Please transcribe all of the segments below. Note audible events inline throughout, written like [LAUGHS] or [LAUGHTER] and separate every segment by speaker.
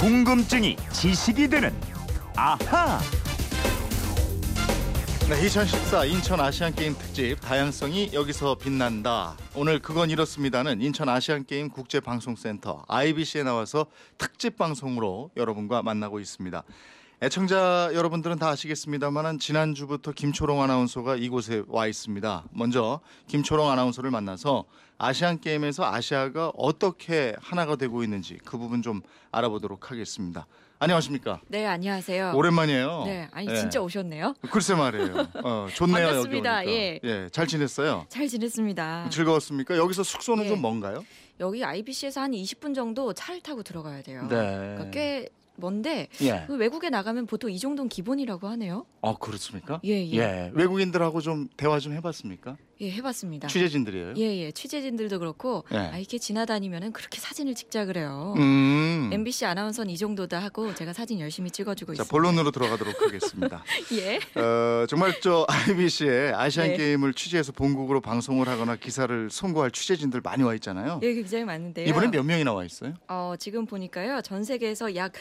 Speaker 1: 궁금증이 지식이 되는 아하.
Speaker 2: 네, 2014 인천 아시안 게임 특집 다양성이 여기서 빛난다. 오늘 그건 이렇습니다는 인천 아시안 게임 국제 방송센터 IBC에 나와서 특집 방송으로 여러분과 만나고 있습니다. 애청자 여러분들은 다 아시겠습니다만은 지난주부터 김초롱 아나운서가 이곳에 와 있습니다. 먼저 김초롱 아나운서를 만나서 아시안 게임에서 아시아가 어떻게 하나가 되고 있는지 그 부분 좀 알아보도록 하겠습니다. 안녕하십니까?
Speaker 3: 네, 안녕하세요.
Speaker 2: 오랜만이에요.
Speaker 3: 네, 아니
Speaker 2: 예.
Speaker 3: 진짜 오셨네요.
Speaker 2: 글쎄 말이에요. 어, 좋네요
Speaker 3: 반갑습니다.
Speaker 2: 여기 오니까.
Speaker 3: 예.
Speaker 2: 잘 지냈어요.
Speaker 3: 잘 지냈습니다.
Speaker 2: 즐거웠습니까? 여기서 숙소는
Speaker 3: 예.
Speaker 2: 좀 먼가요?
Speaker 3: 여기 IBC에서 한 20분 정도 차를 타고 들어가야 돼요.
Speaker 2: 네.
Speaker 3: 그러니까 꽤 먼데
Speaker 2: 예.
Speaker 3: 그 외국에 나가면 보통 이 정도는 기본이라고 하네요.
Speaker 2: 아 그렇습니까?
Speaker 3: 예, 예.
Speaker 2: 예. 외국인들하고 좀 대화 좀 해봤습니까?
Speaker 3: 예, 해봤습니다.
Speaker 2: 취재진들이에요.
Speaker 3: 예, 예. 취재진들도 그렇고
Speaker 2: 예.
Speaker 3: 아, 이렇게 지나다니면은 그렇게 사진을 찍자 그래요.
Speaker 2: 음.
Speaker 3: MBC 아나운서는 이 정도다 하고 제가 사진 열심히 찍어주고
Speaker 2: 자
Speaker 3: 있습니다.
Speaker 2: 본론으로 들어가도록 하겠습니다.
Speaker 3: [LAUGHS] 예.
Speaker 2: 어, 정말 저 IBC에 아시안
Speaker 3: 네.
Speaker 2: 게임을 취재해서 본국으로 방송을 하거나 기사를 송고할 취재진들 많이 와 있잖아요.
Speaker 3: 예, 굉장히 많은데요.
Speaker 2: 이번에 몇 명이나 와 있어요?
Speaker 3: 어, 지금 보니까요. 전 세계에서 약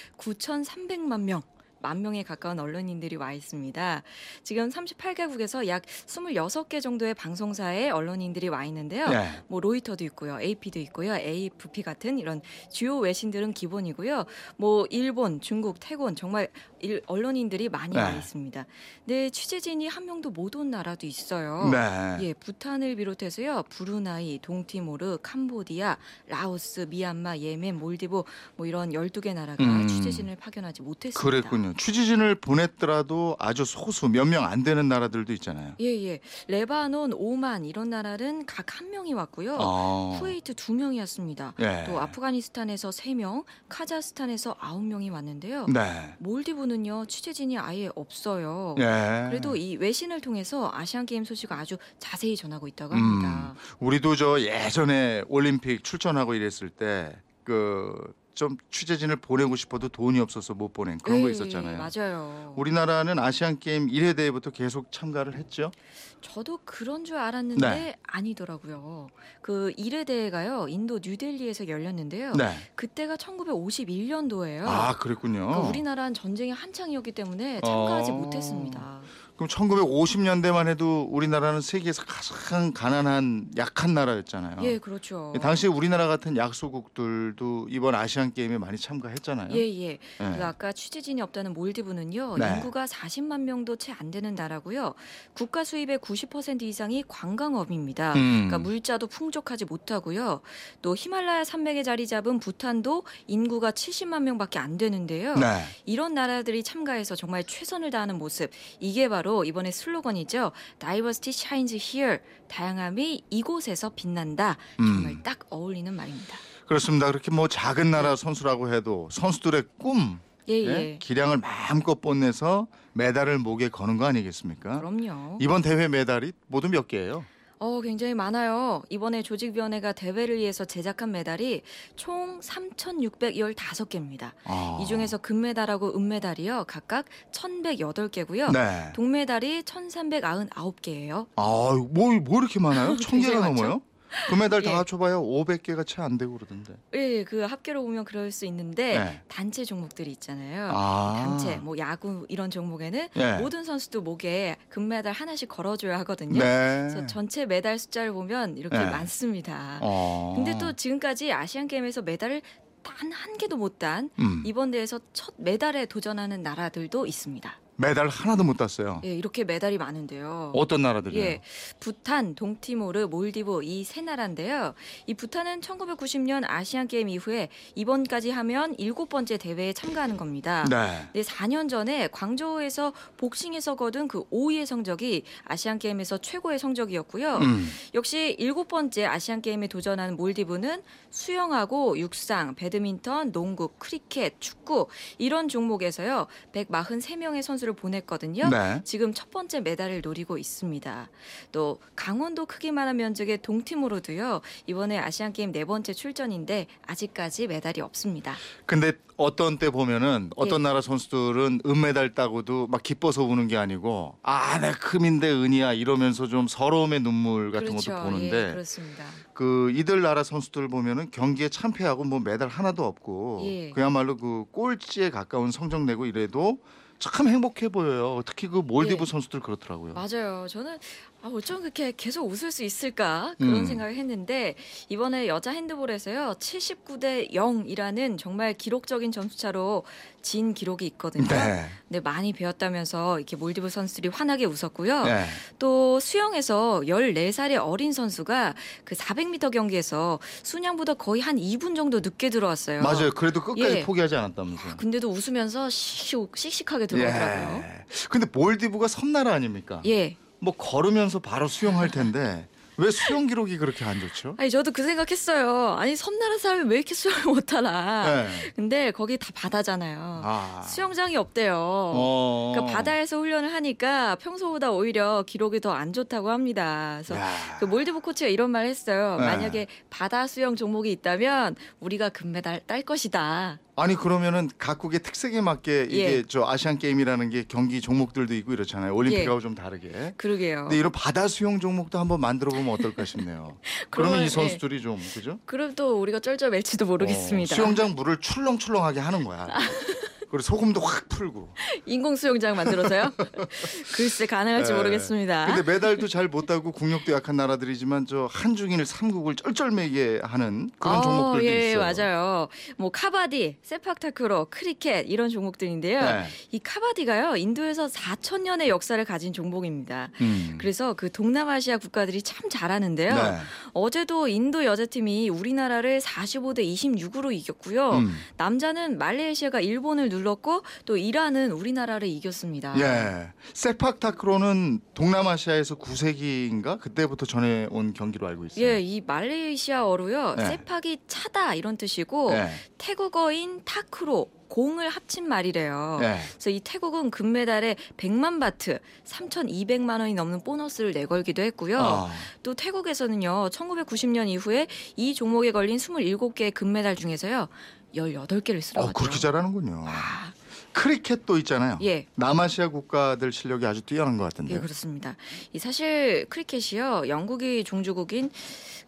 Speaker 3: 9,300만 명. 만 명에 가까운 언론인들이 와 있습니다. 지금 38개국에서 약 26개 정도의 방송사의 언론인들이 와 있는데요.
Speaker 2: 네.
Speaker 3: 뭐 로이터도 있고요, AP도 있고요, AFP 같은 이런 주요 외신들은 기본이고요. 뭐 일본, 중국, 태국 정말 일- 언론인들이 많이 와
Speaker 2: 네.
Speaker 3: 있습니다. 근데 취재진이 한 명도 못 온 나라도 있어요.
Speaker 2: 네.
Speaker 3: 예, 부탄을 비롯해서요. 브루나이, 동티모르, 캄보디아, 라오스, 미얀마, 예멘, 몰디브 뭐 이런 12개 나라가
Speaker 2: 음.
Speaker 3: 취재진을 파견하지 못했습니다.
Speaker 2: 그랬군요. 취재진을 보냈더라도 아주 소수 몇 명 안 되는 나라들도 있잖아요.
Speaker 3: 예, 예. 레바논, 오만 이런 나라는 각 한 명이 왔고요.
Speaker 2: 어.
Speaker 3: 쿠웨이트 두 명이었습니다.
Speaker 2: 예.
Speaker 3: 또 아프가니스탄에서 세명 카자흐스탄에서 아홉 명이 왔는데요.
Speaker 2: 네.
Speaker 3: 몰디브는요. 취재진이 아예 없어요.
Speaker 2: 예.
Speaker 3: 그래도 이 외신을 통해서 아시안 게임 소식을 아주 자세히 전하고 있다고
Speaker 2: 음.
Speaker 3: 합니다.
Speaker 2: 우리도 저 예전에 올림픽 출전하고 이랬을 때 그 좀 취재진을 보내고 싶어도 돈이 없어서 못 보낸 그런 거
Speaker 3: 예,
Speaker 2: 있었잖아요.
Speaker 3: 맞아요.
Speaker 2: 우리나라는 아시안 게임 1회 대회부터 계속 참가를 했죠.
Speaker 3: 저도 그런 줄 알았는데
Speaker 2: 네.
Speaker 3: 아니더라고요. 그 이르 대회가요 인도 뉴델리에서 열렸는데요.
Speaker 2: 네.
Speaker 3: 그때가 1951년도예요. 그러니까
Speaker 2: 아 그랬군요.
Speaker 3: 우리나라는 전쟁이 한창이었기 때문에 참가하지
Speaker 2: 어.
Speaker 3: 못했습니다.
Speaker 2: 그럼 1950년대만 해도 우리나라는 세계에서 가장 가난한 약한 나라였잖아요.
Speaker 3: 예, 그렇죠.
Speaker 2: 당시 우리나라 같은 약소국들도 이번 아시안 게임에 많이 참가했잖아요.
Speaker 3: 예, 예.
Speaker 2: 예.
Speaker 3: 그 아까 취재진이 없다는 몰디브는요.
Speaker 2: 네.
Speaker 3: 인구가 40만 명도 채 안 되는 나라고요. 국가 수입의 90% 이상이 관광업입니다.
Speaker 2: 음.
Speaker 3: 그러니까 물자도 풍족하지 못하고요. 또 히말라야 산맥에 자리 잡은 부탄도 인구가 70만 명밖에 안 되는데요.
Speaker 2: 네.
Speaker 3: 이런 나라들이 참가해서 정말 최선을 다하는 모습 이게 바로 이번에 슬로건이죠. Diversity shines here. 다양함이 이곳에서 빛난다. 정말
Speaker 2: 음.
Speaker 3: 딱 어울리는 말입니다.
Speaker 2: 그렇습니다. 그렇게 뭐 작은 나라 선수라고 해도 선수들의 꿈,
Speaker 3: 네. 예, 예.
Speaker 2: 예? 기량을 마음껏 뽐내서 메달을 목에 거는 거 아니겠습니까?
Speaker 3: 그럼요.
Speaker 2: 이번 대회 메달이 모두 몇 개예요?
Speaker 3: 어, 굉장히 많아요. 이번에 조직위원회가 대회를 위해서 제작한 메달이 총 3,615개입니다.
Speaker 2: 아.
Speaker 3: 이 중에서 금메달하고 은메달이요. 각각 1,108개고요.
Speaker 2: 네.
Speaker 3: 동메달이 1,399개예요.
Speaker 2: 아, 뭐, 뭐 이렇게
Speaker 3: [LAUGHS]
Speaker 2: 많아요? 천 개가
Speaker 3: 굉장히
Speaker 2: 넘어요? 그 메달 다
Speaker 3: 예.
Speaker 2: 합쳐봐야 500개가 채 안 되고 그러던데.
Speaker 3: 예, 그 합계로 보면 그럴 수 있는데
Speaker 2: 네.
Speaker 3: 단체 종목들이 있잖아요.
Speaker 2: 아.
Speaker 3: 단체, 뭐 야구 이런 종목에는
Speaker 2: 예.
Speaker 3: 모든 선수도 목에 금메달 하나씩 걸어줘야 하거든요.
Speaker 2: 네.
Speaker 3: 그래서 전체 메달 숫자를 보면 이렇게
Speaker 2: 네.
Speaker 3: 많습니다.
Speaker 2: 어.
Speaker 3: 근데 또 지금까지 아시안 게임에서 메달을 단 한 개도 못 딴
Speaker 2: 음.
Speaker 3: 이번 대회에서 첫 메달에 도전하는 나라들도 있습니다.
Speaker 2: 메달 하나도 못 땄어요.
Speaker 3: 예, 이렇게 메달이 많은데요.
Speaker 2: 어떤 나라들이요?
Speaker 3: 예, 부탄, 동티모르, 몰디브 이 세 나라인데요. 이 부탄은 1990년 아시안 게임 이후에 이번까지 하면 일곱 번째 대회에 참가하는 겁니다.
Speaker 2: 네.
Speaker 3: 근데 4년 전에 광저우에서 복싱에서 거둔 그 5위의 성적이 아시안 게임에서 최고의 성적이었고요.
Speaker 2: 음.
Speaker 3: 역시 일곱 번째 아시안 게임에 도전하는 몰디브는 수영하고 육상, 배드민턴, 농구, 크리켓, 축구 이런 종목에서요. 143명의 선수를 보냈거든요.
Speaker 2: 네.
Speaker 3: 지금 첫 번째 메달을 노리고 있습니다. 또 강원도 크기만한 면적의 동팀으로도요. 이번에 아시안 게임 네 번째 출전인데 아직까지 메달이 없습니다.
Speaker 2: 근데 어떤 때 보면은 어떤
Speaker 3: 예.
Speaker 2: 나라 선수들은 은메달 따고도 막 기뻐서 우는 게 아니고 아 내 금인데 은이야 이러면서 좀 서러움의 눈물 같은 것도 보는데
Speaker 3: 예, 그렇습니다.
Speaker 2: 그 이들 나라 선수들 보면은 경기에 참패하고 뭐 메달 하나도 없고
Speaker 3: 예.
Speaker 2: 그야말로 그 꼴찌에 가까운 성적 내고 이래도 참 행복해 보여요. 특히 그 몰디브
Speaker 3: 예.
Speaker 2: 선수들 그렇더라고요.
Speaker 3: 맞아요. 저는 아, 어쩜 그렇게 계속 웃을 수 있을까 그런
Speaker 2: 음.
Speaker 3: 생각을 했는데 이번에 여자 핸드볼에서요 79대 0이라는 정말 기록적인 점수차로 진 기록이 있거든요.
Speaker 2: 네.
Speaker 3: 근데 많이 배웠다면서 이렇게 몰디브 선수들이 환하게 웃었고요.
Speaker 2: 네.
Speaker 3: 또 수영에서 14살의 어린 선수가 그 400m 경기에서 순양보다 거의 한 2분 정도 늦게 들어왔어요.
Speaker 2: 맞아요. 그래도 끝까지
Speaker 3: 예.
Speaker 2: 포기하지 않았다면서요.
Speaker 3: 근데도 웃으면서 씩씩, 씩씩하게 들어오더라고요.
Speaker 2: 예. 근데 몰디브가 섬나라 아닙니까?
Speaker 3: 예.
Speaker 2: 뭐 걸으면서 바로 수영할 텐데 왜 수영 기록이 그렇게 안 좋죠?
Speaker 3: 아니 저도 그 생각했어요. 아니 섬나라 사람이 왜 이렇게 수영을 못하나.
Speaker 2: 네.
Speaker 3: 근데 거기 다 바다잖아요.
Speaker 2: 아.
Speaker 3: 아, 어, 수영장이 없대요.
Speaker 2: 어.
Speaker 3: 그러니까 바다에서 훈련을 하니까 평소보다 오히려 기록이 더 안 좋다고 합니다. 그래서
Speaker 2: 야.
Speaker 3: 그 몰디브 코치가 이런 말을 했어요.
Speaker 2: 네.
Speaker 3: 만약에 바다 수영 종목이 있다면 우리가 금메달 딸 것이다.
Speaker 2: 아니 그러면은 각국의 특색에 맞게 이게
Speaker 3: 예.
Speaker 2: 저 아시안 게임이라는 게 경기 종목들도 있고 이렇잖아요.
Speaker 3: 예.
Speaker 2: 올림픽하고 좀 다르게.
Speaker 3: 그러게요.
Speaker 2: 근데 이런 바다 수영 종목도 한번 만들어 보면 어떨까 싶네요. 그러면
Speaker 3: [LAUGHS] 그러면,
Speaker 2: 이 선수들이 좀 그죠?
Speaker 3: 그럼 또 우리가 쩔쩔맬지도
Speaker 2: 어,
Speaker 3: 모르겠습니다.
Speaker 2: 수영장 물을 출렁출렁하게 하는 거야. 그리고 소금도 확 풀고.
Speaker 3: [LAUGHS] 인공
Speaker 2: [LAUGHS]
Speaker 3: 수영장 만들어서요? [LAUGHS] 글쎄 가능할지
Speaker 2: 네.
Speaker 3: 모르겠습니다.
Speaker 2: 근데 메달도 잘 못 따고 국력도 약한 나라들이지만 저 한중일 삼국을 쩔쩔매게 하는 그런
Speaker 3: 어,
Speaker 2: 종목들도
Speaker 3: 예,
Speaker 2: 있어요.
Speaker 3: 맞아요. 뭐 카바디, 세팍타크로, 크리켓 이런 종목들인데요.
Speaker 2: 네.
Speaker 3: 이 카바디가요 인도에서 4천 년의 역사를 가진 종목입니다.
Speaker 2: 음.
Speaker 3: 그래서 그 동남아시아 국가들이 참 잘하는데요.
Speaker 2: 네.
Speaker 3: 어제도 인도 여자팀이 우리나라를 45대 26으로 이겼고요.
Speaker 2: 음.
Speaker 3: 남자는 말레이시아가 일본을 눌렀고 또 이란은 우리나라를 이겼습니다.
Speaker 2: 예.
Speaker 3: 아.
Speaker 2: 세팍타크로는 동남아시아에서 9세기인가 그때부터 전해온 경기로 알고 있어요.
Speaker 3: 예, 이 말레이시아어로요.
Speaker 2: 네.
Speaker 3: 세팍이 차다 이런 뜻이고
Speaker 2: 예.
Speaker 3: 태국어인 타크로 공을 합친 말이래요.
Speaker 2: 예.
Speaker 3: 그래서 이 태국은 금메달에 100만 바트, 3,200만 원이 넘는 보너스를 내걸기도 했고요.
Speaker 2: 아,
Speaker 3: 또 태국에서는요. 1990년 이후에 이 종목에 걸린 27개의 금메달 중에서요. 18개를
Speaker 2: 어,
Speaker 3: 쓸어갔죠.
Speaker 2: 그렇게 잘하는군요.
Speaker 3: 아,
Speaker 2: 크리켓도 있잖아요.
Speaker 3: 예.
Speaker 2: 남아시아 국가들 실력이 아주 뛰어난 것 같은데.
Speaker 3: 예, 그렇습니다. 이 사실 크리켓이요. 영국이 종주국인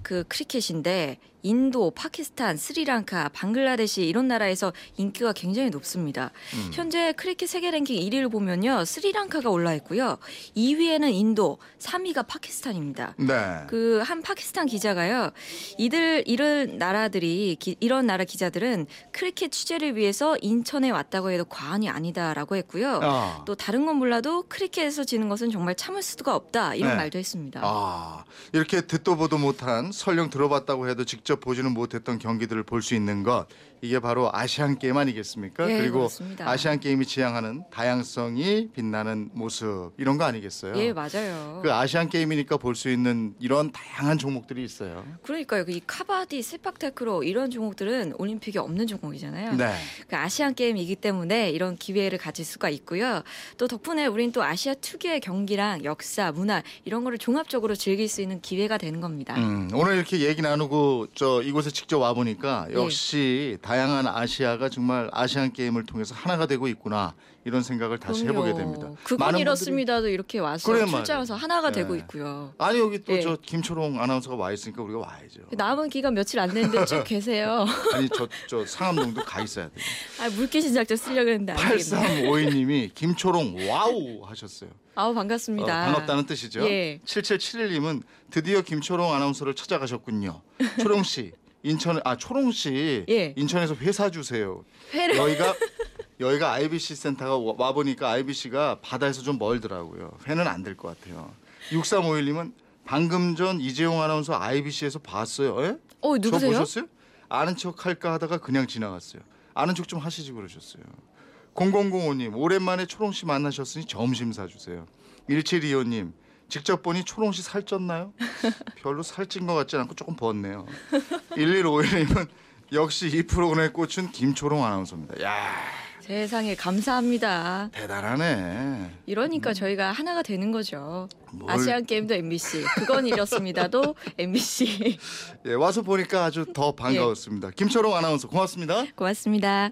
Speaker 3: 그 크리켓인데 인도, 파키스탄, 스리랑카, 방글라데시 이런 나라에서 인기가 굉장히 높습니다.
Speaker 2: 음.
Speaker 3: 현재 크리켓 세계 랭킹 1위를 보면요. 스리랑카가 올라 있고요. 2위에는 인도, 3위가 파키스탄입니다.
Speaker 2: 네.
Speaker 3: 그 한 파키스탄 기자가요. 이들 이런 나라들이 기- 이런 나라 기자들은 크리켓 취재를 위해서 인천에 왔다고 해도 과언이 아니다라고 했고요.
Speaker 2: 아.
Speaker 3: 또 다른 건 몰라도 크리켓에서 지는 것은 정말 참을 수가 없다 이런
Speaker 2: 네.
Speaker 3: 말도 했습니다.
Speaker 2: 아, 이렇게 듣도 보도 못한 설령 들어봤다고 해도 직접 보지는 못했던 경기들을 볼 수 있는 것 이게 바로 아시안 게임 아니겠습니까?
Speaker 3: 예,
Speaker 2: 그리고
Speaker 3: 그렇습니다.
Speaker 2: 아시안 게임이 지향하는 다양성이 빛나는 모습 이런 거 아니겠어요?
Speaker 3: 예 맞아요.
Speaker 2: 그 아시안 게임이니까 볼 수 있는 이런 다양한 종목들이 있어요.
Speaker 3: 그러니까요. 그이 카바디, 세팍테크로 이런 종목들은 올림픽에 없는 종목이잖아요.
Speaker 2: 네.
Speaker 3: 그 아시안 게임이기 때문에 이런 기회를 가질 수가 있고요. 또 덕분에 우린 또 아시아 특유의 경기랑 역사, 문화 이런 거를 종합적으로 즐길 수 있는 기회가 되는 겁니다.
Speaker 2: 음, 오늘 이렇게 얘기 나누고 저 이곳에 직접 와
Speaker 3: 예.
Speaker 2: 보니까 역시 다양한 아시아가 정말 아시안 게임을 통해서 하나가 되고 있구나 이런 생각을 다시
Speaker 3: 그럼요.
Speaker 2: 해보게 됩니다.
Speaker 3: 그건
Speaker 2: 많은 분들이
Speaker 3: 이렇습니다도 이렇게 와서
Speaker 2: 그래,
Speaker 3: 출장해서 하나가
Speaker 2: 네.
Speaker 3: 되고 있고요.
Speaker 2: 아니 여기 또
Speaker 3: 예.
Speaker 2: 저 김초롱 아나운서가 와 있으니까 우리가 와야죠.
Speaker 3: 남은 기간 며칠 안
Speaker 2: [LAUGHS]
Speaker 3: 됐는데 쭉 계세요.
Speaker 2: 아니 저 저 상암동도 가 있어야 돼.
Speaker 3: 아, 물기 신작 좀 쓰려고 했는데 안 되겠네.
Speaker 2: 8352님이 김초롱 와우 하셨어요.
Speaker 3: 아우
Speaker 2: 어,
Speaker 3: 반갑습니다.
Speaker 2: 반갑다는 뜻이죠.
Speaker 3: 예.
Speaker 2: 7771님은 드디어 김초롱 아나운서를 찾아가셨군요. 초롱 씨 인천 아 초롱 씨
Speaker 3: 예.
Speaker 2: 인천에서 회사 주세요.
Speaker 3: 회를
Speaker 2: 여기가 여기가 IBC 센터가 와 보니까 IBC가 바다에서 좀 멀더라고요. 회는 안 될 것 같아요. 6351님은 방금 전 이재용 아나운서 IBC에서 봤어요. 예?
Speaker 3: 어
Speaker 2: 저
Speaker 3: 누구세요?
Speaker 2: 보셨어요? 아는 척 할까 하다가 그냥 지나갔어요. 아는 척 좀 하시지 그러셨어요. 0005님 오랜만에 초롱 씨 만나셨으니 점심 사주세요. 1725님 직접 보니 초롱 씨
Speaker 3: [LAUGHS]
Speaker 2: 살쪘나요? 별로 살찐 것 같지 않고 조금 벗네요. 1151님은 역시 이 프로그램의 꽃은 김초롱 아나운서입니다. 야
Speaker 3: 세상에 감사합니다.
Speaker 2: 대단하네.
Speaker 3: 이러니까 저희가 하나가 되는 거죠.
Speaker 2: 음. 뭘-
Speaker 3: 아시안 게임도 MBC, 그건 이렇습니다도 MBC. 예.
Speaker 2: 예, 와서 보니까 아주 더 반가웠습니다. 김철웅 아나운서 고맙습니다.
Speaker 3: [LAUGHS] 고맙습니다.